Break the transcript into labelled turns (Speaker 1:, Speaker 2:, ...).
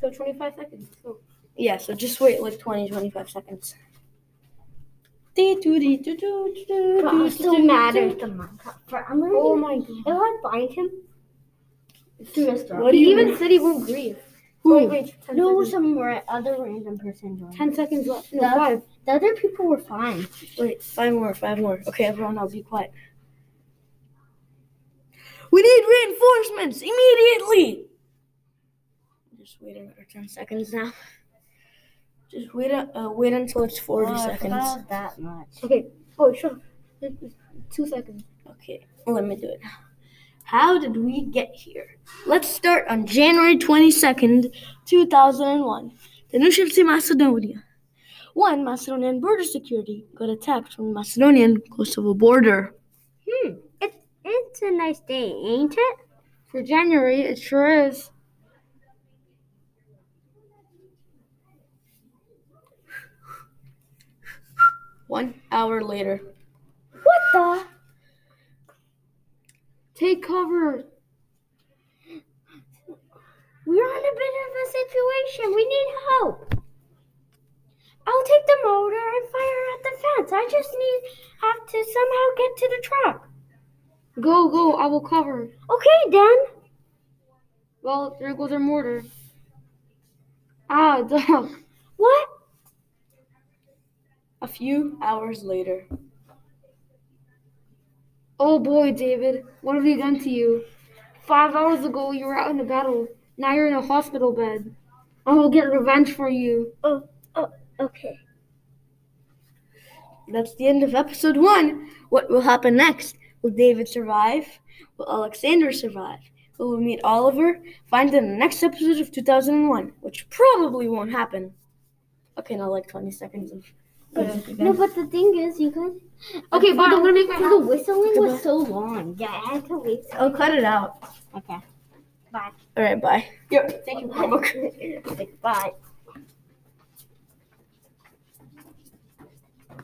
Speaker 1: So 25 seconds. Oh. So
Speaker 2: Yeah, so just wait like 20, 25 seconds. But
Speaker 1: I'm still mad at the Minecraft. But I'm gonna.
Speaker 2: Oh
Speaker 1: do-
Speaker 2: my god.
Speaker 1: If I find him, do this though.
Speaker 2: What do you
Speaker 1: He even
Speaker 2: mean?
Speaker 1: said he won't breathe.
Speaker 2: Who?
Speaker 1: Oh, wait,
Speaker 3: No,
Speaker 1: no, seconds.
Speaker 3: some ra- other random person joined.
Speaker 1: ten seconds left. No,
Speaker 3: That's-
Speaker 1: five.
Speaker 3: The other people were fine.
Speaker 2: Wait, five more, five more. Okay, everyone else, be quiet. We need reinforcements immediately! Just wait another 10 seconds now. Just wait, a- uh, wait until it's 40
Speaker 3: Oh,
Speaker 2: seconds.
Speaker 3: Not that much.
Speaker 1: Okay. Oh, sure. Two seconds.
Speaker 2: Okay, let me do it. How did we get here? Let's start on January 22nd, 2001. The new ship to Macedonia. One Macedonian border security got attacked from the Macedonian Kosovo border.
Speaker 3: Hmm. It's it's a nice day, ain't it?
Speaker 2: For January, it sure is. One hour later.
Speaker 3: What the?
Speaker 1: Take cover.
Speaker 3: We're on a bit of a situation. We need help. I'll take the motor and fire at the fence. I just need have to somehow get to the truck.
Speaker 1: Go, go. I will cover.
Speaker 3: Okay, then.
Speaker 1: Well, there goes our mortar. Ah, duh.
Speaker 3: What?
Speaker 2: A few hours later.
Speaker 1: Oh boy, David. What have they done to you? Five hours ago, you were out in a battle. Now you're in a hospital bed. I will get revenge for you.
Speaker 3: Oh, oh, okay.
Speaker 2: That's the end of episode one. What will happen next? Will David survive? Will Alexander survive? Will we meet Oliver? Find in the next episode of 2001, which probably won't happen. Okay, now like 20 seconds of.
Speaker 3: No, but the thing is, you guys.
Speaker 1: Okay, bye. I'm gonna make my
Speaker 3: The
Speaker 1: house.
Speaker 3: whistling was so long. Yeah, I had to wait.
Speaker 2: I'll cut it out.
Speaker 3: Okay. Bye.
Speaker 2: All right, bye. Yep, thank you, Chromebook.
Speaker 3: Bye.